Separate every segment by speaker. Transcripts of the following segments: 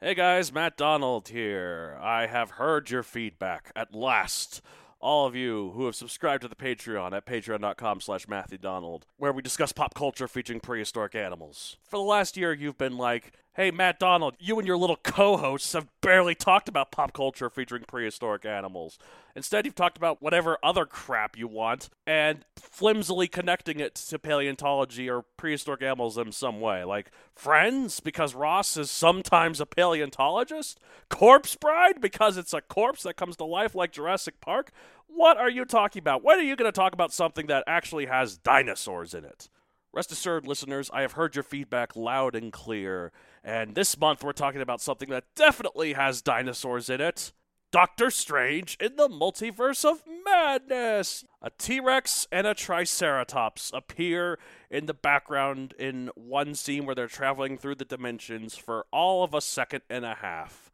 Speaker 1: Hey guys, Matt Donald here. I have heard your feedback at last. All of you who have subscribed to the Patreon at patreon.com slash Matthew Donald, where we discuss pop culture featuring prehistoric animals. For the last year, you've been like, hey, Matt Donald, you and your little co hosts have barely talked about pop culture featuring prehistoric animals. Instead, you've talked about whatever other crap you want and flimsily connecting it to paleontology or prehistoric animals in some way. Like Friends, because Ross is sometimes a paleontologist? Corpse Bride, because it's a corpse that comes to life like Jurassic Park? What are you talking about? When are you going to talk about something that actually has dinosaurs in it? Rest assured, listeners, I have heard your feedback loud and clear. And this month, we're talking about something that definitely has dinosaurs in it Doctor Strange in the Multiverse of Madness. A T Rex and a Triceratops appear in the background in one scene where they're traveling through the dimensions for all of a second and a half.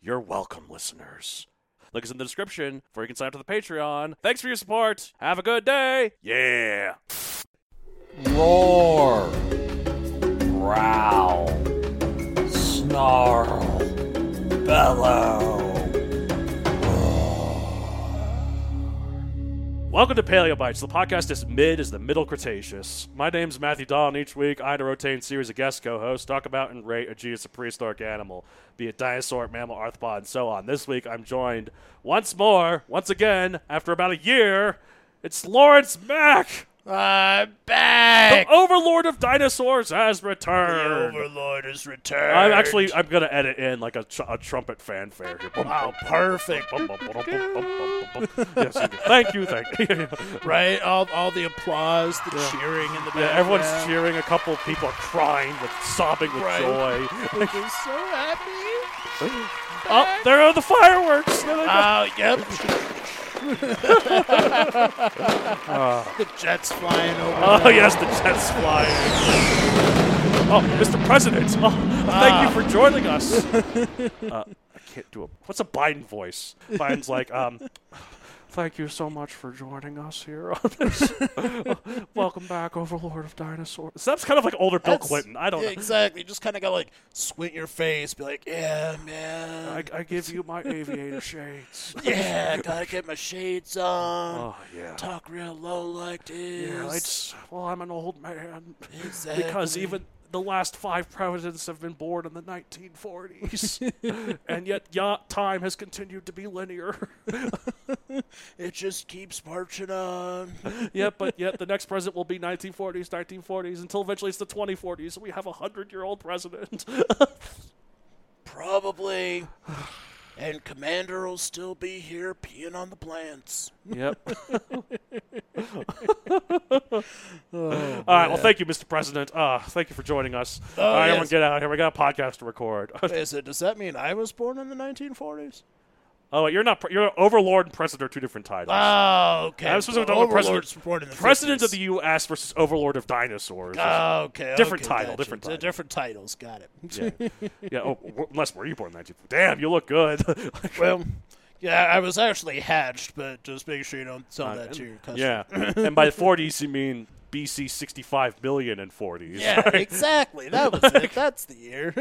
Speaker 1: You're welcome, listeners. Link is in the description where you can sign up to the Patreon. Thanks for your support. Have a good day. Yeah.
Speaker 2: Roar. Growl. Snarl. Bellow.
Speaker 1: Welcome to Paleobites, the podcast as mid as the Middle Cretaceous. My name's Matthew Dahl, and each week I and a rotating series of guest co-hosts talk about and rate a genus of prehistoric animal, be it dinosaur, mammal, arthropod, and so on. This week I'm joined once more, once again, after about a year, it's Lawrence Mack,
Speaker 2: I'm back.
Speaker 1: the overlord of dinosaurs, has returned.
Speaker 2: Overlord is returned.
Speaker 1: I'm actually I'm gonna edit in like a, tr- a trumpet fanfare here.
Speaker 2: Wow, perfect.
Speaker 1: yes, you do. thank you, thank you.
Speaker 2: Right? All, all the applause, the cheering in the background.
Speaker 1: Yeah, everyone's cheering. A couple of people are crying with sobbing with
Speaker 2: Right.
Speaker 1: joy.
Speaker 2: They're so happy.
Speaker 1: Oh, there are the fireworks! There they go.
Speaker 2: Oh, yep. the jets flying over.
Speaker 1: oh yes, the jets flying. Oh, Mr. President! Oh,
Speaker 2: Ah.
Speaker 1: thank you for joining us. uh, I can't do a. What's a Biden voice? Biden's like, um, thank you so much for joining us here on this. Uh, Welcome back, Overlord of Dinosaurs. So that's kind of like older Bill
Speaker 2: That's-
Speaker 1: Clinton. I don't
Speaker 2: yeah,
Speaker 1: know.
Speaker 2: Exactly. Just kind of got like squint your face, be like, yeah, man.
Speaker 1: I, I give you my aviator shades.
Speaker 2: yeah, gotta get my shades on.
Speaker 1: Oh yeah.
Speaker 2: Talk real low like this.
Speaker 1: Yeah, it's well, I'm an old man.
Speaker 2: exactly.
Speaker 1: Because even the last five presidents have been born in the 1940s, and yet ya time has continued to be linear.
Speaker 2: it just keeps marching on.
Speaker 1: yeah, but yet the next president will be 1940s, 1940s, until eventually it's the 2040s. We have a hundred-year-old president.
Speaker 2: Probably. And Commander will still be here peeing on the plants.
Speaker 1: yep. All right. Well, thank you, Mr. President. Uh, thank you for joining us. All right, everyone,
Speaker 2: Oh, yes.
Speaker 1: get out of here. We got a podcast to record.
Speaker 2: I said, does that mean I was born in the 1940s?
Speaker 1: oh, wait, you're not. Pre- you're overlord and president are two different titles.
Speaker 2: Oh, okay.
Speaker 1: I was supposed to
Speaker 2: Well,
Speaker 1: talk about
Speaker 2: Overlord's
Speaker 1: president-
Speaker 2: born in the
Speaker 1: President of
Speaker 2: 50s.
Speaker 1: the U.S. versus Overlord of Dinosaurs.
Speaker 2: Oh, okay.
Speaker 1: Different
Speaker 2: okay,
Speaker 1: title,
Speaker 2: gotcha.
Speaker 1: different
Speaker 2: D-
Speaker 1: title.
Speaker 2: Different titles. Got it.
Speaker 1: yeah, yeah. Oh, w- unless were you born in 19? Damn, you look good.
Speaker 2: well, yeah, I was actually hatched, but just make sure you don't tell that to your customer.
Speaker 1: yeah, and by 40s you mean BC 65 million and 40s.
Speaker 2: Yeah, exactly. That was it. That's the year.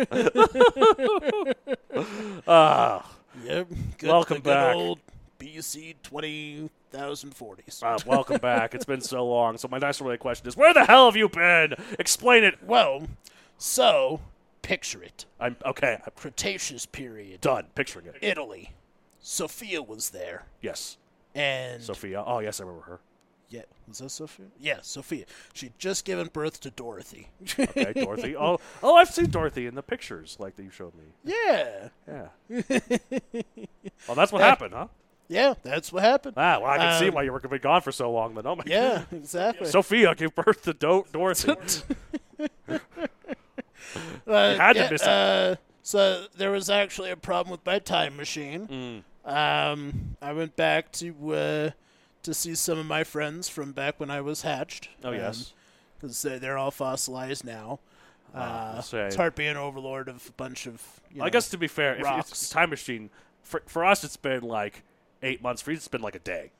Speaker 1: Ah,
Speaker 2: yep. Good,
Speaker 1: Welcome
Speaker 2: the good
Speaker 1: back.
Speaker 2: Old BC twenty thousand forties.
Speaker 1: uh, welcome back. It's been so long. So my nice related question is, where the hell have you been? Explain it.
Speaker 2: well, So, picture it.
Speaker 1: I'm okay. I'm
Speaker 2: Cretaceous period.
Speaker 1: done picturing it.
Speaker 2: Italy. Sophia was there.
Speaker 1: Yes,
Speaker 2: And
Speaker 1: Sophia. Oh yes, I remember her.
Speaker 2: yeah, was that Sophia? Yeah, Sophia. She'd just given birth to Dorothy.
Speaker 1: Okay, Dorothy. Oh, oh, I've seen Dorothy in the pictures like that you showed me.
Speaker 2: yeah.
Speaker 1: Yeah. well, Oh, that's what happened, huh?
Speaker 2: Yeah, that's what happened.
Speaker 1: Ah, well, I can see
Speaker 2: Um,
Speaker 1: why you were been gone for so long. Then, oh my
Speaker 2: Yeah, exactly.
Speaker 1: Sophia gave birth to Do- Dorothy.
Speaker 2: Uh,
Speaker 1: had to
Speaker 2: yeah,
Speaker 1: miss it.
Speaker 2: uh, so there was actually a problem with my time machine.
Speaker 1: Mm.
Speaker 2: Um, I went back to uh, to see some of my friends from back when I was hatched.
Speaker 1: Oh, yes.
Speaker 2: because they're all fossilized now. Uh,
Speaker 1: that's right.
Speaker 2: It's hard being overlord of a bunch of. You know,
Speaker 1: Ah, I guess to be fair, if it's
Speaker 2: Rocks.
Speaker 1: time machine for for us, it's been like eight months. For you, it's been like a day.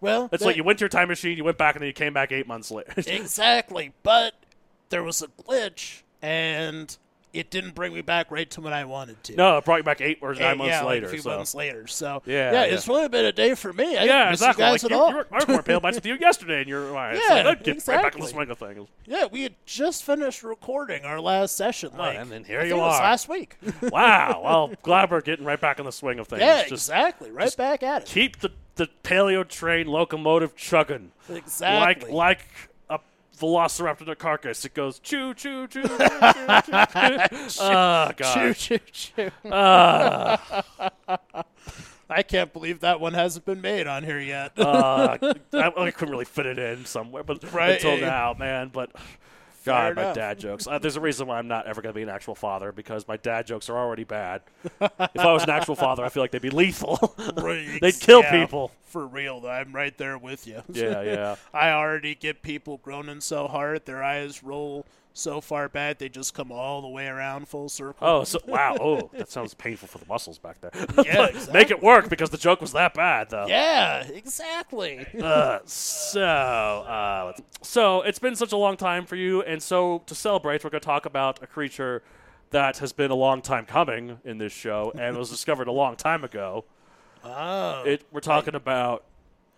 Speaker 2: well,
Speaker 1: It's
Speaker 2: that-
Speaker 1: like you went to your time machine, you went back, and then you came back eight months later.
Speaker 2: exactly, but there was a glitch, and it didn't bring me back right to when I wanted to.
Speaker 1: no, it brought you back eight or nine
Speaker 2: Eight-
Speaker 1: months
Speaker 2: yeah, like
Speaker 1: later.
Speaker 2: a few
Speaker 1: so.
Speaker 2: months later. So
Speaker 1: Yeah,
Speaker 2: yeah,
Speaker 1: yeah.
Speaker 2: it's really been a day for me.
Speaker 1: Yeah,
Speaker 2: I didn't miss
Speaker 1: exactly.
Speaker 2: you guys
Speaker 1: like,
Speaker 2: at
Speaker 1: you,
Speaker 2: all.
Speaker 1: you were, I was more pale bites with you yesterday, and you're all right. so
Speaker 2: Yeah,
Speaker 1: that gets right back in the
Speaker 2: exactly.
Speaker 1: swing of things.
Speaker 2: Yeah, we had just finished recording our last session. Like,
Speaker 1: Oh, and then here
Speaker 2: I
Speaker 1: you
Speaker 2: think it was
Speaker 1: are.
Speaker 2: last week.
Speaker 1: Wow. Well, glad we're getting right back in the swing of things.
Speaker 2: yeah,
Speaker 1: Just
Speaker 2: exactly. Right back at it.
Speaker 1: keep the, the paleo train locomotive chugging.
Speaker 2: Exactly.
Speaker 1: Like like a velociraptor in a carcass. It goes choo choo choo choo choo. choo. oh
Speaker 2: Choo,
Speaker 1: gosh.
Speaker 2: choo, choo.
Speaker 1: Ah.
Speaker 2: I can't believe that one hasn't been made on here yet.
Speaker 1: Uh, I, I couldn't really fit it in somewhere, but
Speaker 2: Right,
Speaker 1: until
Speaker 2: eh.
Speaker 1: now, man. But God, my
Speaker 2: enough.
Speaker 1: dad jokes. Uh, there's a reason why I'm not ever going to be an actual father because my dad jokes are already bad. if I was an actual father, I feel like they'd be lethal.
Speaker 2: Right,
Speaker 1: they'd kill
Speaker 2: yeah,
Speaker 1: people.
Speaker 2: For real, though. I'm right there with you.
Speaker 1: Yeah, yeah.
Speaker 2: I already get people groaning so hard, their eyes roll so far back, they just come all the way around full circle.
Speaker 1: Oh, so wow. Oh, that sounds painful for the muscles back there.
Speaker 2: Yeah,
Speaker 1: But
Speaker 2: exactly.
Speaker 1: Make it work because the joke was that bad, though.
Speaker 2: Yeah, exactly.
Speaker 1: Uh, so, uh, let's- so it's been such a long time for you, and so to celebrate, we're going to talk about a creature that has been a long time coming in this show and was discovered a long time ago.
Speaker 2: Oh.
Speaker 1: It, we're talking about,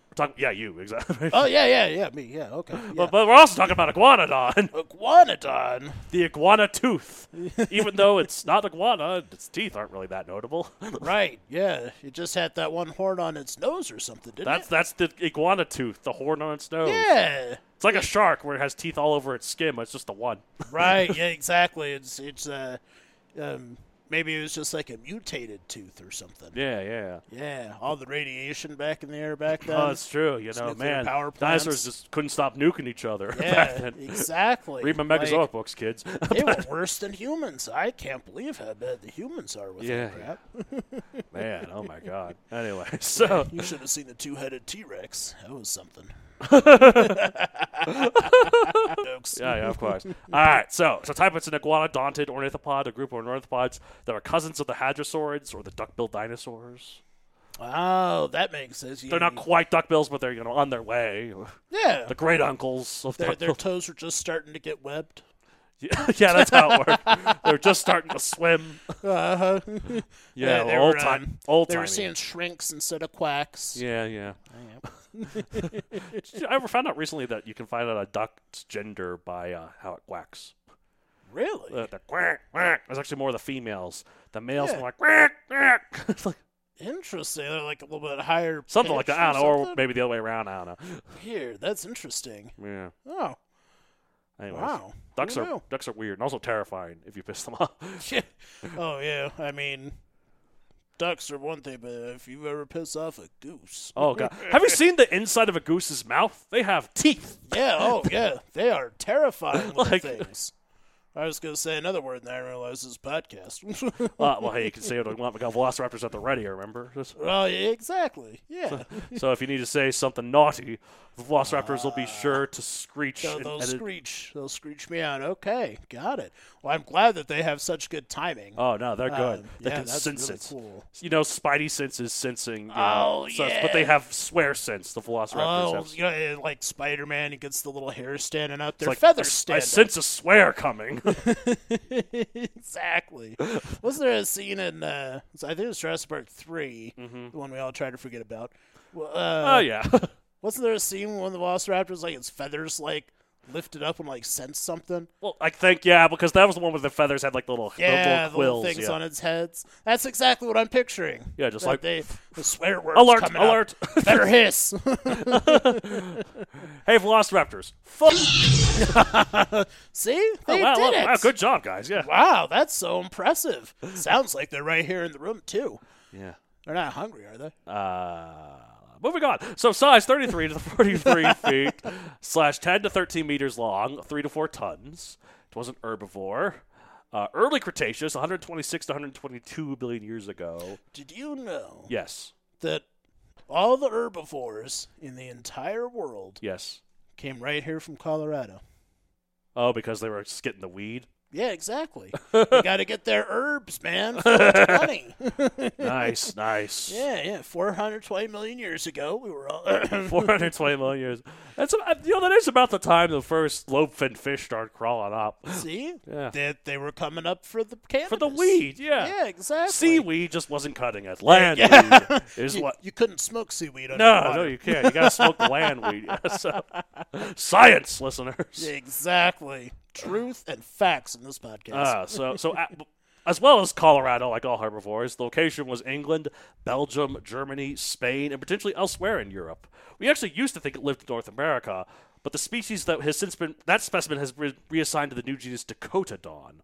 Speaker 1: we're talking, yeah, you exactly.
Speaker 2: oh, yeah, yeah, yeah, me, yeah, okay. Yeah.
Speaker 1: But, but we're also talking about iguanodon,
Speaker 2: Iguanodon.
Speaker 1: the iguana tooth. Even though it's not iguana, its teeth aren't really that notable.
Speaker 2: Right, yeah. It just had that one horn on its nose or something, didn't
Speaker 1: That's
Speaker 2: it?
Speaker 1: that's the iguana tooth, the horn on its nose.
Speaker 2: Yeah.
Speaker 1: It's like a shark where it has teeth all over its skin, but it's just the one.
Speaker 2: Right, yeah, exactly. It's it's uh um maybe it was just like a mutated tooth or something.
Speaker 1: Yeah, yeah.
Speaker 2: Yeah, all the radiation back in the air back then.
Speaker 1: Oh, it's true. You know,
Speaker 2: nuclear
Speaker 1: man,
Speaker 2: power plants.
Speaker 1: dinosaurs just couldn't stop nuking each other back
Speaker 2: yeah,
Speaker 1: then.
Speaker 2: exactly.
Speaker 1: Read my
Speaker 2: Like,
Speaker 1: Megazoic books, kids.
Speaker 2: They were worse than humans. I can't believe how bad the humans are with
Speaker 1: Yeah,
Speaker 2: that crap.
Speaker 1: man, oh my god. Anyway, so
Speaker 2: You should have seen the two-headed T-Rex. That was something. Jokes.
Speaker 1: yeah, yeah, of course. All right, so so type it's an iguanodontid ornithopod, a group of ornithopods that are cousins of the hadrosaurids or the duck-billed dinosaurs.
Speaker 2: Oh, that makes sense.
Speaker 1: They're not quite duckbills, but they're you know on their way.
Speaker 2: Yeah.
Speaker 1: The great uncles of
Speaker 2: Their, their
Speaker 1: duckbills.
Speaker 2: toes are just starting to get webbed.
Speaker 1: yeah, that's how it works. they're just starting to swim.
Speaker 2: Uh-huh.
Speaker 1: Yeah,
Speaker 2: they
Speaker 1: old
Speaker 2: were,
Speaker 1: time,
Speaker 2: um,
Speaker 1: old
Speaker 2: They were
Speaker 1: timey.
Speaker 2: seeing shrinks instead of quacks.
Speaker 1: Yeah, yeah. I ever found out recently that you can find out a duck's gender by uh, how it quacks. Uh,
Speaker 2: Really?
Speaker 1: The, the quack, quack. It's actually more the females. The males more like quack, quack. It's like
Speaker 2: interesting. They're like a little bit higher.
Speaker 1: something like that. I don't know, or
Speaker 2: maybe
Speaker 1: maybe the other way around. I don't
Speaker 2: here. That's interesting.
Speaker 1: know. Yeah.
Speaker 2: Oh,
Speaker 1: Anyways,
Speaker 2: Wow.
Speaker 1: Ducks
Speaker 2: Who
Speaker 1: are
Speaker 2: knew?
Speaker 1: ducks are weird and also terrifying if you piss them off.
Speaker 2: yeah. oh yeah. I mean, ducks are one thing, but if you ever piss off a goose,
Speaker 1: Oh god, have you seen the inside of a goose's mouth? They have teeth.
Speaker 2: yeah, oh yeah, they are terrifying little
Speaker 1: Like-
Speaker 2: things. I was gonna say another word, and then I realized this podcast.
Speaker 1: Uh, well, hey, you can say it. We got velociraptors at the ready. Remember? Just-
Speaker 2: well, yeah, exactly. Yeah.
Speaker 1: So if you need to say something naughty, the Velociraptors will be
Speaker 2: Ah.
Speaker 1: sure to screech.
Speaker 2: They'll,
Speaker 1: and-
Speaker 2: they'll
Speaker 1: and it-
Speaker 2: screech. They'll screech me out. Okay, got it. Well, I'm glad that they have such good timing.
Speaker 1: oh no, they're good.
Speaker 2: Um,
Speaker 1: they
Speaker 2: yeah,
Speaker 1: can
Speaker 2: that's
Speaker 1: sense
Speaker 2: really
Speaker 1: it.
Speaker 2: cool.
Speaker 1: You know, Spidey senses sensing. You know,
Speaker 2: Oh,
Speaker 1: sense, but they
Speaker 2: yeah.
Speaker 1: have swear sense. The Velociraptors
Speaker 2: oh,
Speaker 1: have.
Speaker 2: you know, eh, like Spider-Man, he gets the little hair standing out
Speaker 1: It's
Speaker 2: there.
Speaker 1: like,
Speaker 2: Feathers
Speaker 1: I
Speaker 2: standing.
Speaker 1: sense a swear coming.
Speaker 2: exactly. Wasn't there a scene in? Uh, I think it was Jurassic Park 3
Speaker 1: Mm-hmm.
Speaker 2: the one we all tried to forget about. Well, uh,
Speaker 1: oh yeah.
Speaker 2: Wasn't there a scene when one of the Velociraptors like its feathers like lift it up and like sense something.
Speaker 1: Well, I think yeah, because that was the one where the feathers had like the little
Speaker 2: Yeah,
Speaker 1: the
Speaker 2: the
Speaker 1: little quills.
Speaker 2: little things
Speaker 1: yeah.
Speaker 2: on its heads. That's exactly what I'm picturing.
Speaker 1: Yeah, just
Speaker 2: That
Speaker 1: like-
Speaker 2: they, the swear words.
Speaker 1: Alert,
Speaker 2: coming up.
Speaker 1: alert.
Speaker 2: Better hiss.
Speaker 1: Hey, Velociraptors! Fuck!
Speaker 2: See, they
Speaker 1: Oh, wow,
Speaker 2: did
Speaker 1: wow,
Speaker 2: it.
Speaker 1: wow, good job, guys. Yeah.
Speaker 2: Wow, that's so impressive. Sounds like they're right here in the room too.
Speaker 1: Yeah.
Speaker 2: They're not hungry, are they?
Speaker 1: Uh, moving on. So size 33 to 43 feet, slash 10 to 13 meters long, 3 to 4 tons. It was an herbivore. Uh, early Cretaceous, 126 to 122 billion years ago.
Speaker 2: Did you know
Speaker 1: Yes,
Speaker 2: that all the herbivores in the entire world
Speaker 1: yes.
Speaker 2: came right here from Colorado?
Speaker 1: Oh, because they were just getting the weed.
Speaker 2: Yeah, exactly. you got to get their herbs, man. For their money.
Speaker 1: Nice, nice.
Speaker 2: yeah, yeah. 420 million years ago, we were all.
Speaker 1: 420 million years. That's uh, you know that is about the time the first lobe-finned fish started crawling up
Speaker 2: See?
Speaker 1: Yeah.
Speaker 2: That they were coming up for the cannabis.
Speaker 1: for the weed. Yeah,
Speaker 2: Yeah, exactly.
Speaker 1: Seaweed just wasn't cutting it. Land weed is
Speaker 2: You,
Speaker 1: what
Speaker 2: you couldn't smoke seaweed
Speaker 1: No,
Speaker 2: underwater.
Speaker 1: no, you can't. You gotta smoke the land weed. So- science, listeners.
Speaker 2: Exactly. Truth and facts in this podcast.
Speaker 1: Uh, so, so a- as well as Colorado, like all herbivores, the location was England, Belgium, Germany, Spain, and potentially elsewhere in Europe. We actually used to think it lived in North America, but the species that has since been that specimen has been reassigned to the new genus Dakotodon.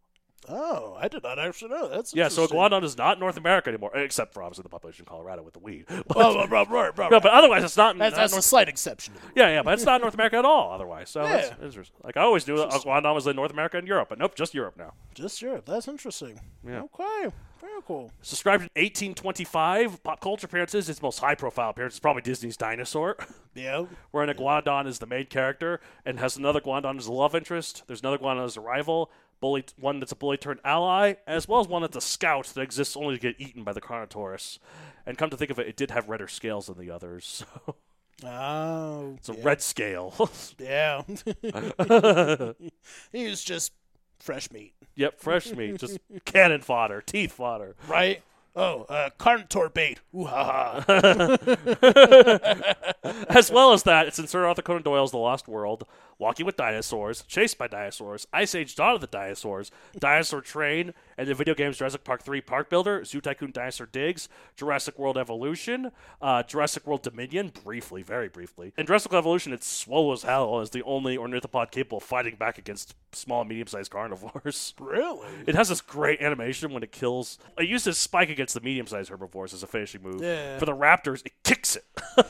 Speaker 2: oh, I did not actually know. That's
Speaker 1: Yeah, so
Speaker 2: interesting.
Speaker 1: iguanodon is not North America anymore, except for obviously the population of Colorado with the weed. But,
Speaker 2: Well, well, well, right, right,
Speaker 1: no,
Speaker 2: right.
Speaker 1: but otherwise it's not.
Speaker 2: that's,
Speaker 1: not
Speaker 2: that's
Speaker 1: North-
Speaker 2: a slight exception. to the rule.
Speaker 1: Yeah, yeah, but it's not North America at all otherwise. So it's,
Speaker 2: Yeah.
Speaker 1: it's- like I always knew that Guandam was in North America and Europe, but nope, just Europe now.
Speaker 2: Just Europe. That's interesting. Okay. Very cool.
Speaker 1: It's described in 1825. Pop culture appearances, its most high profile appearance is probably Disney's Dinosaur,
Speaker 2: Yeah.
Speaker 1: where an Iguanodon is the main character and has another Guandon as a love interest. There's another Guandon as a rival, bully, one that's a bully turned ally, as well as one that's a scout that exists only to get eaten by the Carnotaurus. And come to think of it, it did have redder scales than the others. So
Speaker 2: Oh.
Speaker 1: it's a red scale.
Speaker 2: Yeah. he was just fresh meat,
Speaker 1: yep, fresh meat, just cannon fodder, teeth fodder.
Speaker 2: right? Oh, uh, Carnotaur bait. Ooh, ha, ha.
Speaker 1: As well as that, it's in Sir Arthur Conan Doyle's The Lost World, Walking with Dinosaurs, Chased by Dinosaurs, Ice Age Dawn of the Dinosaurs, Dinosaur Train, and the video games Jurassic Park 3 Park Builder, Zoo Tycoon Dinosaur Digs, Jurassic World Evolution, uh, Jurassic World Dominion, briefly, very briefly. In Jurassic World Evolution, it's swole as hell as the only ornithopod capable of fighting back against small and medium sized carnivores.
Speaker 2: really?
Speaker 1: It has this great animation when it kills. It uses spike against the medium-sized herbivores as a finishing move.
Speaker 2: Yeah.
Speaker 1: For the raptors, it kicks it.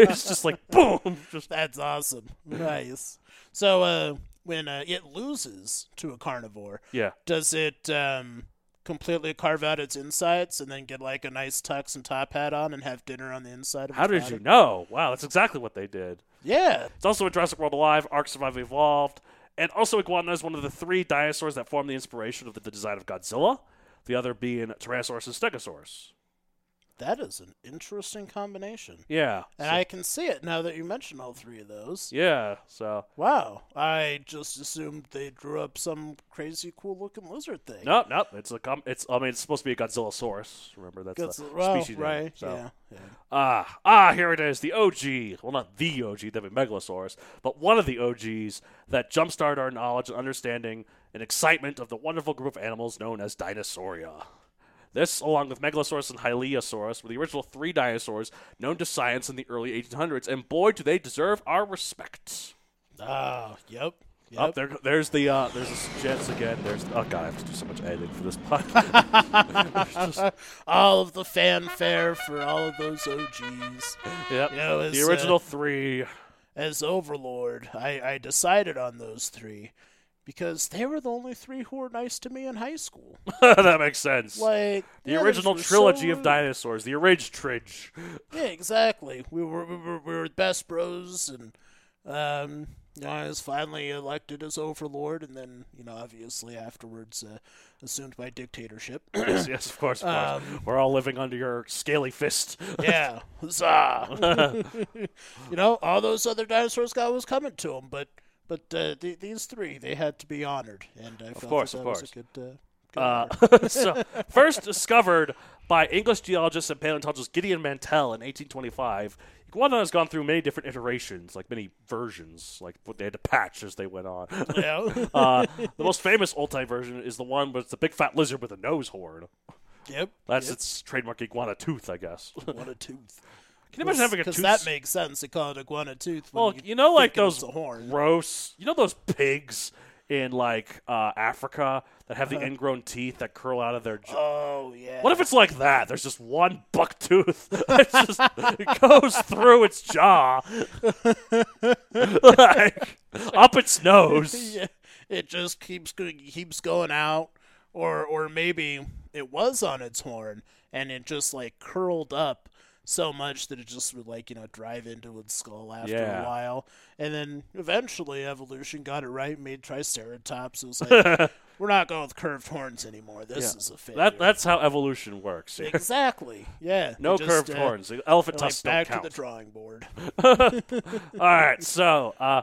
Speaker 1: it's just like boom. Just
Speaker 2: That's awesome. Nice. So, uh, when uh, it loses to a carnivore,
Speaker 1: yeah.
Speaker 2: does it um, completely carve out its insides and then get like a nice tux and top hat on and have dinner on the inside of
Speaker 1: How
Speaker 2: its
Speaker 1: did
Speaker 2: body?
Speaker 1: you know? Wow, that's exactly what they did.
Speaker 2: Yeah.
Speaker 1: It's also in Jurassic World Alive, Ark Survival Evolved, and also Iguana is one of the three dinosaurs that formed the inspiration of the design of Godzilla. The other being Tyrannosaurus and Stegosaurus.
Speaker 2: That is an interesting combination.
Speaker 1: Yeah.
Speaker 2: And I can see it now that you mention all three of those.
Speaker 1: Yeah. So
Speaker 2: Wow. I just assumed they drew up some crazy cool looking lizard thing.
Speaker 1: nope, nope. It's a com- it's. I mean, it's supposed to be a Godzillasaurus. Remember that's
Speaker 2: That's,
Speaker 1: the
Speaker 2: well,
Speaker 1: species name,
Speaker 2: right.
Speaker 1: so.
Speaker 2: Yeah. yeah.
Speaker 1: Ah, ah, here it is, the OG. Well, not the OG, that'd be Megalosaurus, but one of the OGs that jumpstarted our knowledge and understanding and excitement of the wonderful group of animals known as Dinosauria. This, along with Megalosaurus and Hyleosaurus, were the original three dinosaurs known to science in the early 1800s, and boy, do they deserve our respect.
Speaker 2: Ah, yep. Yep.
Speaker 1: Oh, there, there's the uh, there's the jets again. There's oh god, I have to do so much editing for this podcast.
Speaker 2: all of the fanfare for all of those OGs.
Speaker 1: yep,
Speaker 2: Yeah, it
Speaker 1: the
Speaker 2: was,
Speaker 1: original
Speaker 2: uh,
Speaker 1: three.
Speaker 2: As Overlord, I, I decided on those three because they were the only three who were nice to me in high school.
Speaker 1: that makes sense.
Speaker 2: Like
Speaker 1: The
Speaker 2: others
Speaker 1: original
Speaker 2: were so
Speaker 1: trilogy of
Speaker 2: rude.
Speaker 1: dinosaurs, the Ridge Tridge.
Speaker 2: Yeah, exactly. We were we were, we were best bros, and um, you know, I was finally elected as Overlord, and then you know, obviously afterwards, uh, assumed my dictatorship.
Speaker 1: yes, yes, of course, of course.
Speaker 2: Um,
Speaker 1: We're all living under your scaly fist.
Speaker 2: yeah, huzzah! you know, all those other dinosaurs got what was coming to them, but but uh, th- these three they had to be honored, and I felt
Speaker 1: course,
Speaker 2: that,
Speaker 1: of
Speaker 2: that
Speaker 1: course.
Speaker 2: was a good. Uh, good
Speaker 1: Uh,
Speaker 2: honor.
Speaker 1: so, first discovered by English geologist and paleontologist Gideon Mantell in 1825, Guadan has gone through many different iterations, like many versions, like what they had to patch as they went on.
Speaker 2: Yeah.
Speaker 1: uh, the most famous Ulti version is the one with the big fat lizard with a nose horn.
Speaker 2: yep.
Speaker 1: That's
Speaker 2: yep.
Speaker 1: its trademark iguana tooth, I guess. Can
Speaker 2: What a tooth.
Speaker 1: you imagine having a tooth?
Speaker 2: Because that makes sense. They call it iguana tooth. when
Speaker 1: Well, you know, like
Speaker 2: think
Speaker 1: those
Speaker 2: it's a horn.
Speaker 1: gross. You know those pigs in like uh, Africa that have the ingrown teeth that curl out of their. jaw.
Speaker 2: Uh-huh. Oh yeah.
Speaker 1: What if it's like that? There's just one buck tooth. It just it goes through its jaw, like up its nose.
Speaker 2: yeah, it just keeps go- keeps going out, or or maybe it was on its horn and it just like curled up so much that it just would like you know drive into its skull after
Speaker 1: Yeah.
Speaker 2: a while, and then eventually evolution got it right, and made Triceratops. It was like we're not going with curved horns anymore. This is a failure.
Speaker 1: That that's how evolution works.
Speaker 2: exactly yeah.
Speaker 1: No
Speaker 2: it just,
Speaker 1: curved
Speaker 2: uh,
Speaker 1: horns. The elephant
Speaker 2: Like
Speaker 1: tusks
Speaker 2: back
Speaker 1: don't
Speaker 2: to
Speaker 1: count.
Speaker 2: the drawing board.
Speaker 1: All right, so uh,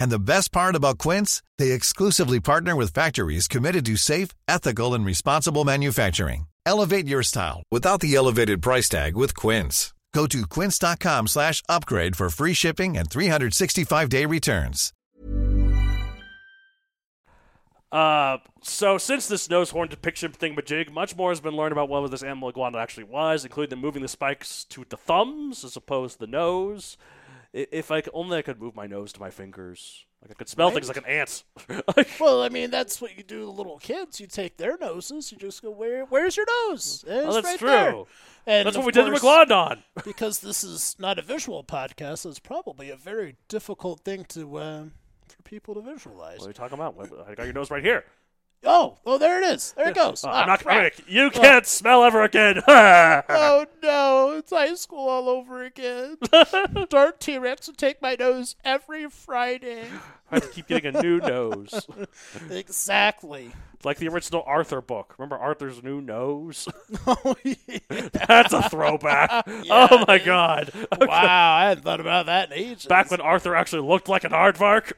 Speaker 3: And the best part about Quince, they exclusively partner with factories committed to safe, ethical, and responsible manufacturing. Elevate your style without the elevated price tag with Quince. Go to quince.com slash upgrade for free shipping and 365-day returns.
Speaker 1: Uh, so since this nose horn depiction thing jig, much more has been learned about what this animal iguana actually was, including them moving the spikes to the thumbs as opposed to the nose. I- If I could, only I could move my nose to my fingers, like I could smell things like an ant.
Speaker 2: Well, I mean, that's what you do to little kids. You take their noses. You just go, where? Where's your nose? It's
Speaker 1: Well, that's
Speaker 2: right
Speaker 1: true.
Speaker 2: there." And
Speaker 1: That's what
Speaker 2: of
Speaker 1: we did to
Speaker 2: course,
Speaker 1: Iguanodon.
Speaker 2: Because this is not a visual podcast, it's probably a very difficult thing to uh, for people to visualize.
Speaker 1: What are you talking about? What- I got your nose right here.
Speaker 2: Oh, oh, there it is. There it goes.
Speaker 1: Uh,
Speaker 2: Ah,
Speaker 1: I'm not, I'm
Speaker 2: crap.
Speaker 1: gonna- you can't smell ever again. oh,
Speaker 2: Oh no! It's high school all over again. Darn T Rex will take my nose every Friday.
Speaker 1: I keep getting a new nose,
Speaker 2: exactly.
Speaker 1: like the original Arthur book. Remember Arthur's new nose?
Speaker 2: Oh, yeah.
Speaker 1: That's a throwback. oh my god.
Speaker 2: Wow, I hadn't thought about that in ages.
Speaker 1: Back when Arthur actually looked like an aardvark.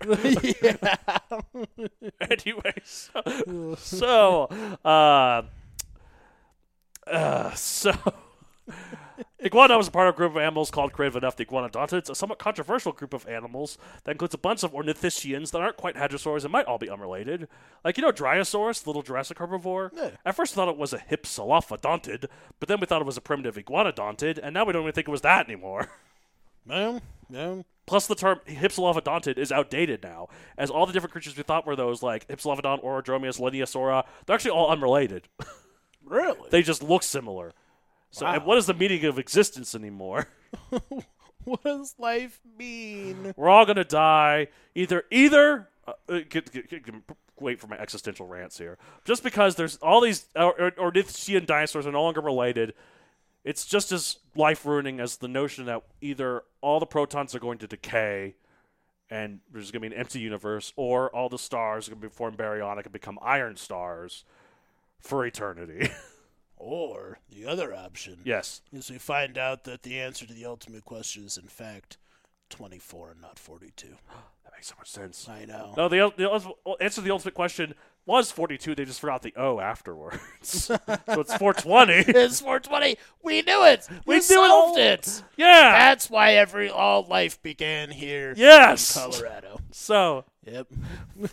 Speaker 1: anyway, so, so, uh, uh, so. Iguana was a part of a group of animals called creative enough the Iguanodontids, a somewhat controversial group of animals that includes a bunch of ornithischians that aren't quite hadrosaurs and might all be unrelated. Like, you know, Dryosaurus, the little Jurassic herbivore? At first, we thought it was a Hypsilophodontid, but then we thought it was a primitive Iguanodontid, and now we don't even think it was that anymore.
Speaker 2: No, no.
Speaker 1: Plus, the term Hypsilophodontid is outdated now, as all the different creatures we thought were those, like Hypsilophodon, Orodromius, Linneasaura, they're actually all unrelated.
Speaker 2: Really?
Speaker 1: They just look similar. So, and what is the meaning of existence anymore?
Speaker 2: What does life mean?
Speaker 1: We're all gonna die. Either, either. Uh, uh, get, get, get, get- wait for my existential rants here. Just because there's all these or- or- Ornithischian dinosaurs are no longer related, it's just as life ruining as the notion that either all the protons are going to decay, and there's gonna be an empty universe, or all the stars are gonna be form baryonic and become iron stars for eternity.
Speaker 2: Or the other option
Speaker 1: yes.
Speaker 2: is we find out that the answer to the ultimate question is, in fact, 24 and not 42.
Speaker 1: That makes so much sense.
Speaker 2: I know.
Speaker 1: No, the, ul- the ul- answer to the ultimate question was 42. They just forgot the O afterwards. so it's 420.
Speaker 2: It's 420. We knew it. We
Speaker 1: knew it all.
Speaker 2: solved it.
Speaker 1: Yeah.
Speaker 2: That's why every all life began here
Speaker 1: yes.
Speaker 2: in Colorado.
Speaker 1: So
Speaker 2: Yep.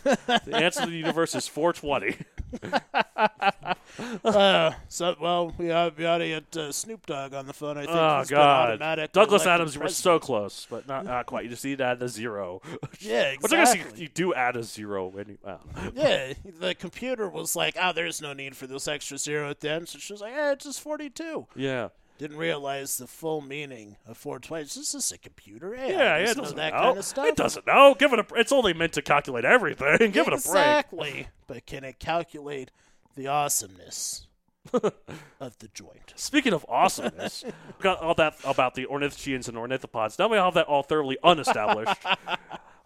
Speaker 1: the answer to the universe is 420.
Speaker 2: Uh, So, well, we ought, we ought to get uh, Snoop Dogg on the phone. I think
Speaker 1: Oh,
Speaker 2: he's been
Speaker 1: God.
Speaker 2: automatically
Speaker 1: Douglas
Speaker 2: elected
Speaker 1: Adams, you were
Speaker 2: president.
Speaker 1: so close, but not, not quite. You just need to add the zero.
Speaker 2: Yeah,
Speaker 1: Which I guess you,
Speaker 2: exactly.
Speaker 1: you do add a zero when you. I don't know.
Speaker 2: Yeah, the "Ah, computer was like, "Oh, there's no need for this extra zero at the end." So she was like, "Eh, it's just 42."
Speaker 1: Yeah.
Speaker 2: didn't realize the full meaning of 420. It's just, just a computer. AI.
Speaker 1: Yeah,
Speaker 2: it
Speaker 1: it
Speaker 2: doesn't know
Speaker 1: doesn't
Speaker 2: that
Speaker 1: know.
Speaker 2: kind of stuff.
Speaker 1: It doesn't know. Give it a. It's only meant to calculate everything. Give it a break.
Speaker 2: Exactly. But can it calculate the awesomeness of the joint?
Speaker 1: Speaking of awesomeness, we got all that about the ornithischians and ornithopods. Now we have that all thoroughly unestablished.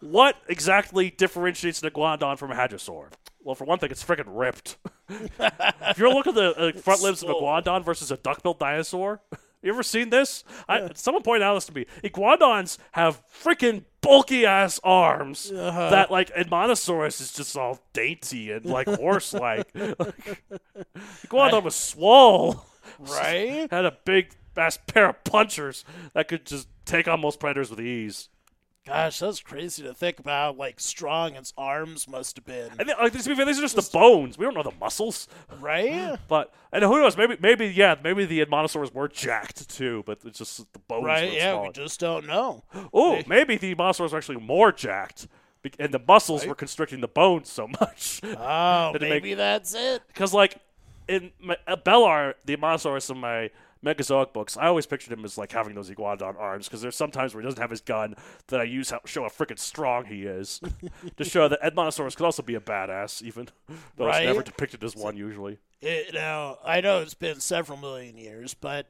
Speaker 1: what exactly differentiates an iguanodon from a hadrosaur? Well, for one thing, it's freaking ripped. if you're looking at the uh, front limbs of an
Speaker 2: swole.
Speaker 1: iguanodon versus a duck-billed dinosaur, you ever seen this? I, someone pointed out this to me. Iguanodons have freaking bulky ass arms that, like, and Monosaurus is just all dainty and like horse-like. iguanodon was swole
Speaker 2: Right?
Speaker 1: had a big ass pair of punchers that could just take on most predators with ease.
Speaker 2: Gosh, that's crazy to think about. how, Like strong its arms must have been.
Speaker 1: And then, like, to be fair, these are just, the bones. We don't know the muscles,
Speaker 2: Right?
Speaker 1: but and who knows? Maybe, maybe yeah, maybe the Admonosaurs were jacked too, but it's just the bones.
Speaker 2: Right?
Speaker 1: were
Speaker 2: Yeah, we
Speaker 1: smaller.
Speaker 2: just don't know.
Speaker 1: Oh, maybe the Admonosaurs were actually more jacked, be- and the muscles were constricting the bones so much.
Speaker 2: Oh,
Speaker 1: Did it make-
Speaker 2: maybe that's it.
Speaker 1: Because like in my, uh, Bellar, the Monosaurus in my Megazoic books, I always pictured him as like having those iguanodon arms. Because there's sometimes where he doesn't have his gun that I use how, show how freaking strong he is to show that Edmonosaurus could also be a badass, even though
Speaker 2: Right?
Speaker 1: it's never depicted as one usually.
Speaker 2: it. Now, I know it's been several million years, but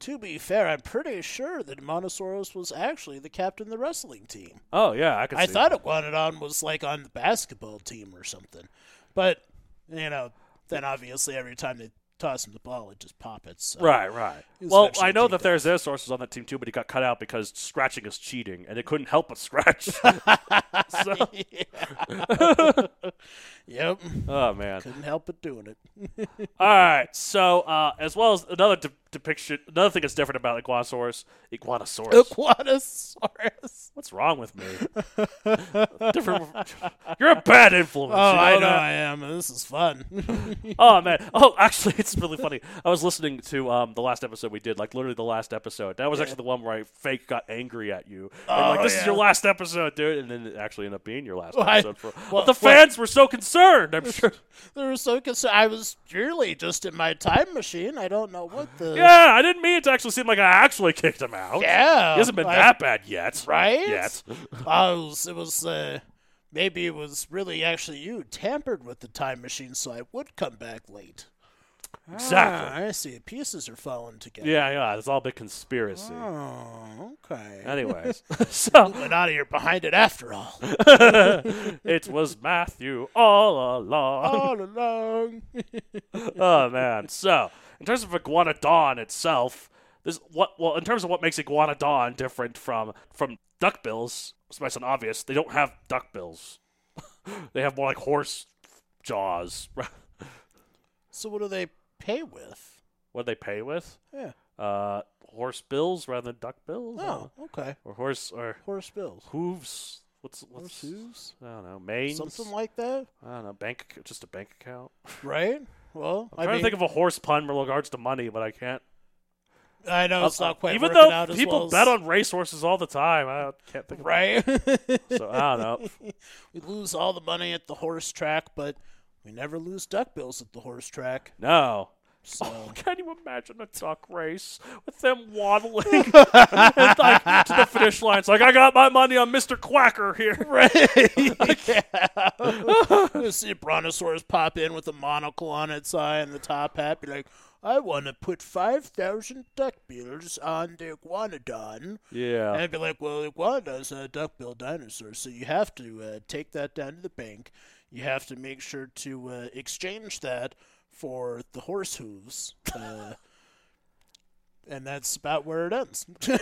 Speaker 2: to be fair, I'm pretty sure that Monosaurus was actually the captain of the wrestling team.
Speaker 1: Oh yeah, I could.
Speaker 2: I
Speaker 1: see
Speaker 2: thought Iguanodon was like on the basketball team or something, but you know, then obviously every time they toss him the ball, it just poppets. So.
Speaker 1: Right, right.
Speaker 2: He was
Speaker 1: Well,
Speaker 2: eventually
Speaker 1: I know
Speaker 2: taken
Speaker 1: that there's their sources on that team too, but he got cut out because scratching is cheating, and it couldn't help but scratch. So-
Speaker 2: Yep,
Speaker 1: oh man.
Speaker 2: couldn't help but doing it.
Speaker 1: All right. So, uh, as well as another de- depiction, another thing that's different about Iguanosaurus, Iguanosaurus.
Speaker 2: Iguanosaurus.
Speaker 1: What's wrong with me? different. You're a bad influence.
Speaker 2: Oh,
Speaker 1: you
Speaker 2: I know
Speaker 1: that?
Speaker 2: I am. and This is fun.
Speaker 1: Oh man. Oh, actually, it's really funny. I was listening to um, the last episode we did, like literally the last episode. That was actually the one where I fake got angry at you. And
Speaker 2: Oh,
Speaker 1: like, this is your last episode, dude, and then it actually ended up being your last
Speaker 2: Why-
Speaker 1: episode. For,
Speaker 2: well,
Speaker 1: the
Speaker 2: well-
Speaker 1: fans were so concerned. I'm sure.
Speaker 2: they were so concerned. I was purely just in my time machine. I don't know what the
Speaker 1: Yeah, I didn't mean it to actually seem like I actually kicked him out.
Speaker 2: Yeah,
Speaker 1: He hasn't been
Speaker 2: I-
Speaker 1: that bad yet.
Speaker 2: right?
Speaker 1: Yet.
Speaker 2: I was, it was uh, maybe it was really actually you tampered with the time machine, so I would come back late.
Speaker 1: Exactly.
Speaker 2: Ah, I see. Pieces are falling together.
Speaker 1: Yeah, yeah. It's all a big conspiracy.
Speaker 2: Oh, okay.
Speaker 1: Anyways, so
Speaker 2: But out of here behind it after all.
Speaker 1: it was Matthew all along.
Speaker 2: all along.
Speaker 1: Oh man. So in terms of iguanodon itself, this what well in terms of what makes iguanodon different from from duckbills, it's nice and obvious. They don't have duckbills. they have more like horse jaws.
Speaker 2: so what do they pay with?
Speaker 1: what do they pay with?
Speaker 2: Yeah.
Speaker 1: Uh, horse bills rather than duck bills.
Speaker 2: Oh, okay.
Speaker 1: Or horse or
Speaker 2: Horse bills.
Speaker 1: hooves. What's what's
Speaker 2: Horse hooves?
Speaker 1: I don't know. Manes.
Speaker 2: Something like that,
Speaker 1: I don't know. Bank. ac- Just a bank account.
Speaker 2: right? Well,
Speaker 1: I'm trying to think of a horse pun in regards to money, but I can't. Uh,
Speaker 2: of. I know it's not quite.
Speaker 1: Even
Speaker 2: working
Speaker 1: though
Speaker 2: out as
Speaker 1: people
Speaker 2: well
Speaker 1: bet
Speaker 2: as-
Speaker 1: on racehorses all the time, I can't think of
Speaker 2: right.
Speaker 1: So I don't know.
Speaker 2: we lose all the money at the horse track, but we never lose duck bills at the horse track.
Speaker 1: No. Oh,
Speaker 2: So
Speaker 1: Can you imagine a duck race with them waddling and, like, to the finish line? It's like I got my money on Mister Quacker here.
Speaker 2: You see a brontosaurus pop in with a monocle on its eye and the top hat, be like, I want to put 5,000 duck bills on the iguanodon.
Speaker 1: Yeah.
Speaker 2: And I'd be like, well, the iguanodon's not a duckbill dinosaur, so you have to uh, take that down to the bank. You have to make sure to uh, exchange that for the horse hooves. Uh, and that's about where it ends.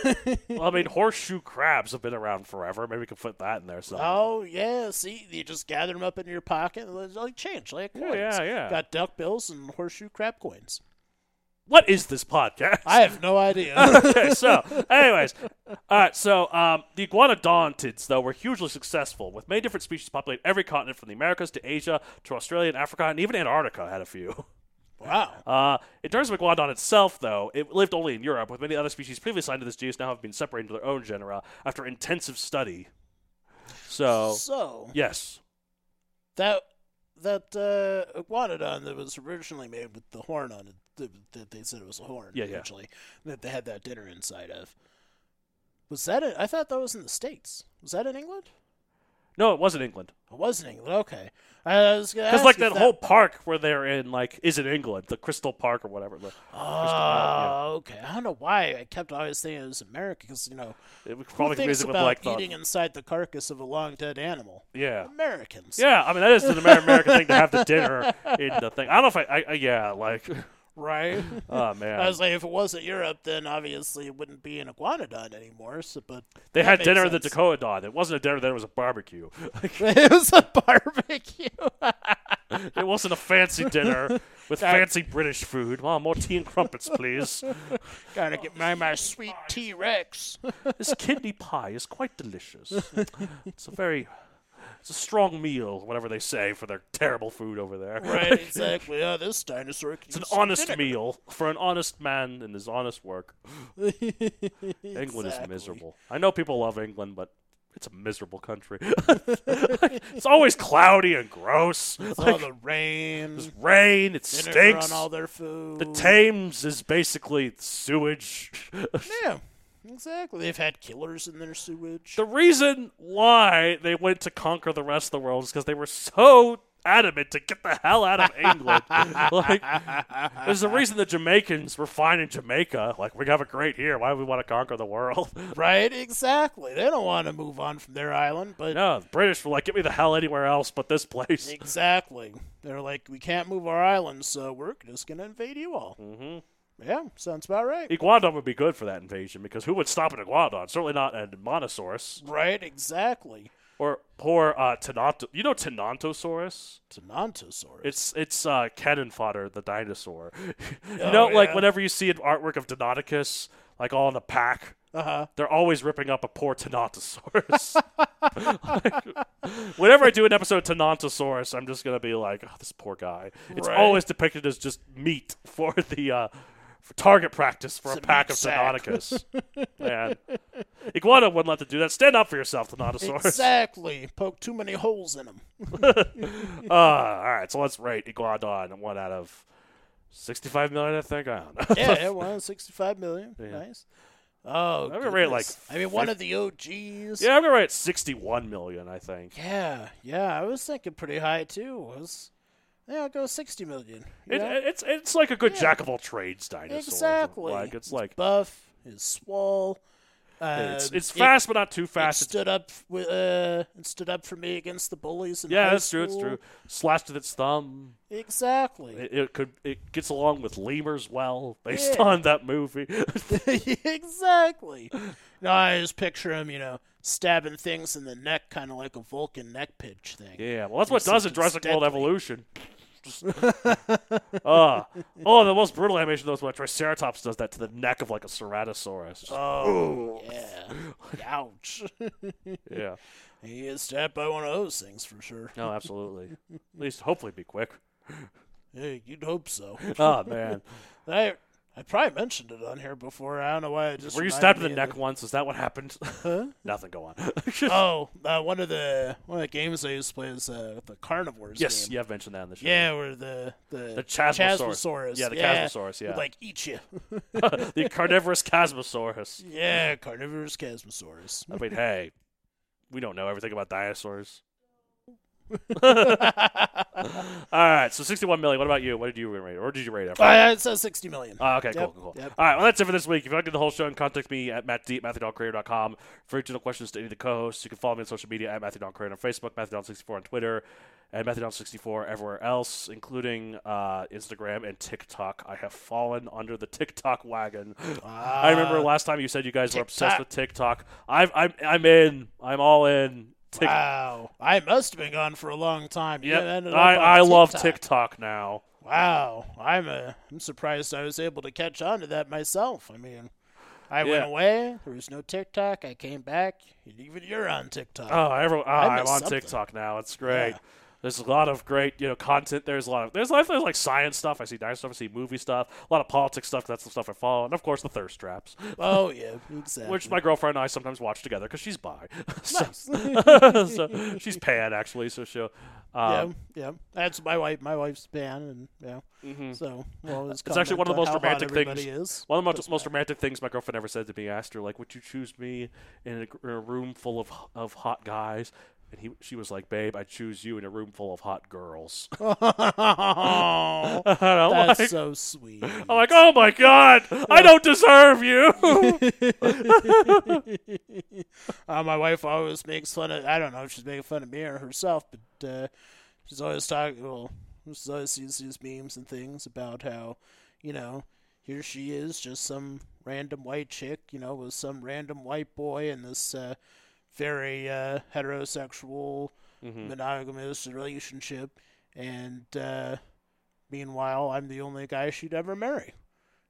Speaker 1: Well, I mean, horseshoe crabs have been around forever. Maybe we can put that in there. So
Speaker 2: Oh yeah, see, you just gather them up in your pocket, and it's like change, like
Speaker 1: Yeah,
Speaker 2: coins.
Speaker 1: yeah, yeah.
Speaker 2: Got duck bills and horseshoe crab coins.
Speaker 1: what is this podcast?
Speaker 2: I have no idea.
Speaker 1: okay, so, anyways, all right. So, um, the iguanodontids, though, were hugely successful, with many different species populating every continent from the Americas to Asia to Australia and Africa, and even Antarctica had a few.
Speaker 2: wow.
Speaker 1: Uh, in terms of iguanodon itself, though, it lived only in Europe, with many other species previously assigned to this genus now have been separated into their own genera after intensive study. So,
Speaker 2: So
Speaker 1: yes,
Speaker 2: that that uh, iguanodon that was originally made with the horn on it, th- that they said it was a horn.
Speaker 1: Yeah, yeah.
Speaker 2: Actually, that they had that dinner inside of. Was that? It? I thought that was in the states. Was that in England?
Speaker 1: No, it wasn't England.
Speaker 2: It was in England. Okay. I was gonna
Speaker 1: Because
Speaker 2: ask
Speaker 1: like
Speaker 2: if
Speaker 1: that whole park where they're in, like, is in England, the Crystal Park or whatever. the-
Speaker 2: Oh, okay. I don't know why I kept always thinking it was America because you know
Speaker 1: It was
Speaker 2: Uh, who
Speaker 1: probably
Speaker 2: thinks
Speaker 1: confusing with
Speaker 2: about
Speaker 1: like the
Speaker 2: eating inside the carcass of a long dead animal?
Speaker 1: yeah.
Speaker 2: Americans.
Speaker 1: Yeah, I mean that is an Amer- American thing to have the dinner in the thing. I don't know if I, I, I yeah, like,
Speaker 2: Right.
Speaker 1: oh man,
Speaker 2: I was like, if it wasn't Europe, then obviously it wouldn't be an iguanodon anymore. So, but
Speaker 1: they
Speaker 2: that
Speaker 1: had
Speaker 2: makes
Speaker 1: dinner at the
Speaker 2: sense.
Speaker 1: Dakota Don. It wasn't a dinner then; it was a barbecue.
Speaker 2: it was a barbecue.
Speaker 1: it wasn't a fancy dinner with fancy British food. Well, more tea and crumpets, please.
Speaker 2: Gotta get my my sweet T Rex.
Speaker 1: this kidney pie is quite delicious. It's a very, it's a strong meal, whatever they say for their terrible food over there.
Speaker 2: right. Exactly. Oh, this dinosaur. Can
Speaker 1: It's an honest meal for an honest man and his honest work. England is miserable. I know people love England, but it's a miserable country. it's always cloudy and gross.
Speaker 2: all the rain.
Speaker 1: There's rain, it
Speaker 2: vinegar
Speaker 1: stinks.
Speaker 2: on all their food.
Speaker 1: The Thames is basically sewage.
Speaker 2: Yeah. Exactly. They've had killers in their sewage.
Speaker 1: the reason why they went to conquer the rest of the world is because they were so adamant to get the hell out of England. like, there's a reason the Jamaicans were fine in Jamaica. Like, we have it great here. Why do we want to conquer the world?
Speaker 2: Right, exactly. They don't want to move on from their island, but
Speaker 1: no, the British were like, get me the hell anywhere else but this place.
Speaker 2: exactly. They're like, we can't move our island, so we're just going to invade you all. Mm-hmm. Yeah, sounds about right.
Speaker 1: Iguanodon would be good for that invasion because who would stop an Iguanodon? Certainly not a Monosaurus
Speaker 2: right, exactly.
Speaker 1: or poor uh, Tenonto. You know Tenontosaurus?
Speaker 2: Tenontosaurus.
Speaker 1: It's it's uh, cannon fodder, the dinosaur. you know, like
Speaker 2: Oh, yeah.
Speaker 1: whenever you see an artwork of Deinonychus, like all in a pack, uh-huh. they're always ripping up a poor Tenontosaurus. whenever I do an episode of Tenontosaurus, I'm just gonna be like, oh, this poor guy. It's
Speaker 2: Right.
Speaker 1: always depicted as just meat for the. Uh, for target practice for
Speaker 2: It's
Speaker 1: a
Speaker 2: a
Speaker 1: pack
Speaker 2: meat
Speaker 1: of
Speaker 2: sack.
Speaker 1: Deinonychus. Man. Iguana wouldn't let them do that. Stand up for yourself, Deinonychus.
Speaker 2: exactly. Poke too many holes in them.
Speaker 1: Uh, all right, so let's rate Iguodon one out of sixty-five million. I think I don't know.
Speaker 2: Yeah, it was 65 million. Nice. Oh,
Speaker 1: I'm gonna rate, like,
Speaker 2: goodness. I mean, one of the OGs.
Speaker 1: yeah, I'm gonna rate sixty-one million. I think
Speaker 2: Yeah, yeah, I was thinking pretty high too. Was yeah, I'll go sixty million. you
Speaker 1: it,
Speaker 2: know?
Speaker 1: it's it's like a good jack of all trades dinosaur.
Speaker 2: Exactly.
Speaker 1: Like it's like
Speaker 2: buff, is swole. Uh,
Speaker 1: it's it's
Speaker 2: it-
Speaker 1: fast but not too
Speaker 2: It,
Speaker 1: fast. It's,
Speaker 2: stood up with uh, it stood up for me against the bullies. In
Speaker 1: yeah,
Speaker 2: high
Speaker 1: that's true. It's
Speaker 2: school.
Speaker 1: true. Slashed with its thumb.
Speaker 2: Exactly.
Speaker 1: It, it could it gets along with lemurs well based
Speaker 2: Yeah.
Speaker 1: on that movie.
Speaker 2: exactly. No, I just picture him, you know, stabbing things in the neck, kind of like a Vulcan neck pitch thing.
Speaker 1: yeah, well that's what it
Speaker 2: Except
Speaker 1: does in
Speaker 2: it's
Speaker 1: Jurassic World
Speaker 2: deadly.
Speaker 1: Evolution. Just- Ah. oh, the most brutal animation though is when Triceratops does that to the neck of like a Ceratosaurus. Just-
Speaker 2: Oh, yeah. Ouch.
Speaker 1: yeah.
Speaker 2: he is stabbed by one of those things for sure.
Speaker 1: No, absolutely. At least hopefully be quick.
Speaker 2: Yeah, you'd hope so.
Speaker 1: Oh man.
Speaker 2: I I probably mentioned it on here before. I don't know why I just
Speaker 1: Were you
Speaker 2: reminded
Speaker 1: stabbed in the
Speaker 2: me
Speaker 1: neck
Speaker 2: of
Speaker 1: once? Is that what happened? Nothing. Go on.
Speaker 2: it. Oh, uh, one of the one of the games I used to play is uh, the carnivores.
Speaker 1: yes,
Speaker 2: game.
Speaker 1: you have mentioned that in the show.
Speaker 2: Yeah, where the the
Speaker 1: The Chasmosaurus. Yeah, the Chasmosaurus, yeah.
Speaker 2: would, like eat you.
Speaker 1: the carnivorous Chasmosaurus.
Speaker 2: yeah, carnivorous Chasmosaurus.
Speaker 1: I mean, hey, we don't know everything about dinosaurs. All right, so 61 million. What about you? What did you rate? Or did you rate it?
Speaker 2: Uh, it says sixty million.
Speaker 1: Ah, okay,
Speaker 2: Yep,
Speaker 1: cool, cool, cool.
Speaker 2: yep.
Speaker 1: All right, well, that's it for this week. If you'd like to do the whole show, contact me at mattd at matthewdoncareer.com. For original questions to any of the co-hosts, you can follow me on social media at matthewdoncareer on Facebook, matthewdon64 on Twitter, and matthewdon64 everywhere else, including uh, Instagram and TikTok. I have fallen under the TikTok wagon. I remember last time you said you guys were obsessed
Speaker 2: Ah. TikTok.
Speaker 1: with TikTok. I've, I'm, I'm in. I'm all in. Tik-
Speaker 2: Wow, I must have been gone for a long time. You
Speaker 1: Yep.
Speaker 2: ended up
Speaker 1: I,
Speaker 2: on
Speaker 1: I love
Speaker 2: TikTok.
Speaker 1: TikTok now.
Speaker 2: Wow, I'm uh, I'm surprised I was able to catch on to that myself. I mean, I
Speaker 1: Yeah.
Speaker 2: went away. There was no TikTok. I came back. and Even you're on TikTok.
Speaker 1: Oh, everyone, ah,
Speaker 2: I
Speaker 1: I'm
Speaker 2: missed
Speaker 1: on
Speaker 2: something.
Speaker 1: TikTok now. It's great. There's a lot of great, you know, content. There's a lot of there's like there's like science stuff. I see nice stuff. I see movie stuff. A lot of politics stuff. That's the stuff I follow, and of course the thirst traps,
Speaker 2: Oh yeah, exactly.
Speaker 1: which my girlfriend and I sometimes watch together because she's bi. so, so she's pan actually, so she'll.
Speaker 2: yeah,
Speaker 1: Um,
Speaker 2: yeah. That's my wife. My wife's band, and yeah. So well,
Speaker 1: Mm-hmm. It's actually one of the most romantic things.
Speaker 2: Is.
Speaker 1: One of the most, most romantic things my girlfriend ever said to me. I asked her like, "Would you choose me in a, gr- in a room full of of hot guys?" And he, she was like, "Babe, I choose you in a room full of hot girls." And I'm
Speaker 2: That's
Speaker 1: like,
Speaker 2: so sweet.
Speaker 1: I'm like, "Oh my god, I don't deserve you."
Speaker 2: Uh, my wife always makes fun of. I don't know if she's making fun of me or herself, but uh, she's always talking. Well, she's always sees these memes and things about how, you know, here she is, just some random white chick, you know, with some random white boy and this uh, very uh, heterosexual,
Speaker 1: Mm-hmm.
Speaker 2: monogamous relationship, and uh, meanwhile, I'm the only guy she'd ever marry.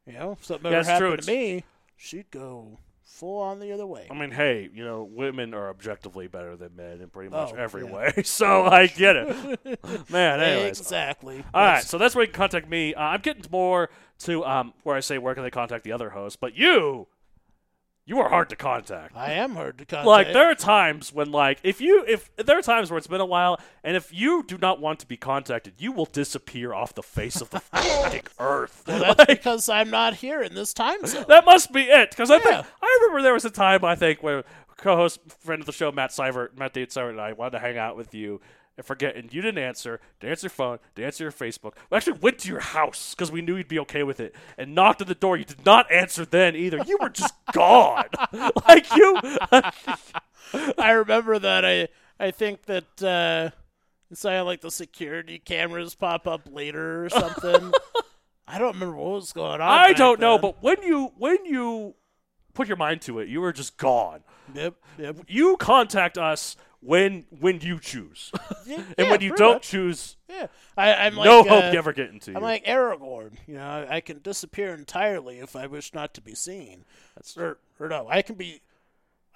Speaker 2: You know, if something
Speaker 1: Yeah,
Speaker 2: ever
Speaker 1: it's true.
Speaker 2: happened to
Speaker 1: It's-
Speaker 2: me, she'd go full on the other way.
Speaker 1: I mean, hey, you know, women are objectively better than men in pretty much
Speaker 2: Oh,
Speaker 1: every
Speaker 2: yeah.
Speaker 1: way, so I get it, man. Anyways,
Speaker 2: Exactly.
Speaker 1: All right, so that's where you can contact me. Uh, I'm getting more to um, where I say where can they contact the other host, but you, you are hard to contact.
Speaker 2: I am hard to contact.
Speaker 1: Like there are times when like if you if there are times where it's been a while, and if you do not want to be contacted, you will disappear off the face of the fucking earth.
Speaker 2: Well, that's
Speaker 1: Like,
Speaker 2: because I'm not here in this time zone.
Speaker 1: that must be it. Because I
Speaker 2: Yeah.
Speaker 1: think I remember there was a time I think where co-host friend of the show Matt Seibert, Matt David Seibert, and I wanted to hang out with you. And forget, and you didn't answer. Didn't answer your phone. Didn't answer your Facebook. We actually went to your house because we knew you'd be okay with it, and knocked at the door. You did not answer then either. You were just gone, like you.
Speaker 2: I remember that. I I think that uh, it's not like the security cameras pop up later or something. I don't remember what was going on.
Speaker 1: I
Speaker 2: back
Speaker 1: don't know,
Speaker 2: then.
Speaker 1: but when you when you put your mind to it, you were just gone.
Speaker 2: yep, yep.
Speaker 1: You contact us when when you choose,
Speaker 2: Yeah,
Speaker 1: and when
Speaker 2: yeah,
Speaker 1: you
Speaker 2: pretty
Speaker 1: don't
Speaker 2: much.
Speaker 1: choose,
Speaker 2: yeah. I, I'm like,
Speaker 1: no
Speaker 2: uh,
Speaker 1: hope you ever getting to you.
Speaker 2: I'm like Aragorn. You know, I, I can disappear entirely if I wish not to be seen. That's or, or no, I can be.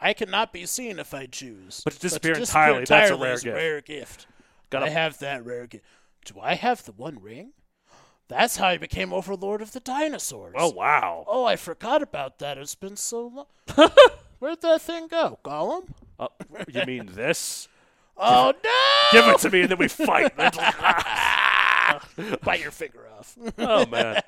Speaker 2: I cannot be seen if I choose.
Speaker 1: But to disappear entirely, that's a rare
Speaker 2: is
Speaker 1: gift.
Speaker 2: rare gift.
Speaker 1: Gotta-
Speaker 2: I have that rare gift. Do I have the One Ring? That's how I became Overlord of the Dinosaurs.
Speaker 1: oh wow.
Speaker 2: Oh, I forgot about that. It's been so long. Where'd that thing go, Gollum?
Speaker 1: Uh, you mean this?
Speaker 2: Oh no!
Speaker 1: Give it to me, and then we fight.
Speaker 2: Bite your finger off.
Speaker 1: oh man.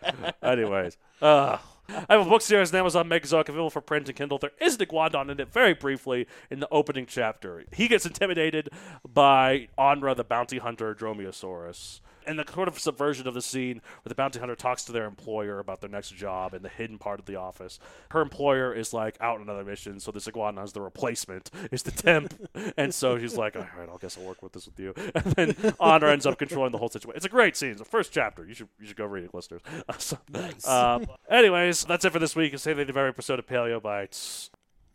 Speaker 1: Anyways, uh, I have a book series on Amazon, Megazog, available for print and Kindle. There is Nick Wandon in it, very briefly, in the opening chapter. He gets intimidated by Onra, the bounty hunter, Dromaeosaurus. And the sort of subversion of the scene where the bounty hunter talks to their employer about their next job in the hidden part of the office. Her employer is like out on another mission, so this iguana is the replacement, is the temp. and so she's like, all right, I guess I'll work with this with you. And then Honor ends up controlling the whole situation. It's a great scene. It's the first chapter. You should you should go read it, listeners. Uh, so- uh, anyways, that's it for this week. It's the very episode of Paleo Bites.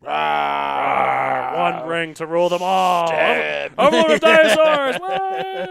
Speaker 2: Ah.
Speaker 1: Rawr, one ring to rule them all. Over Overlord of dinosaurs. Wah!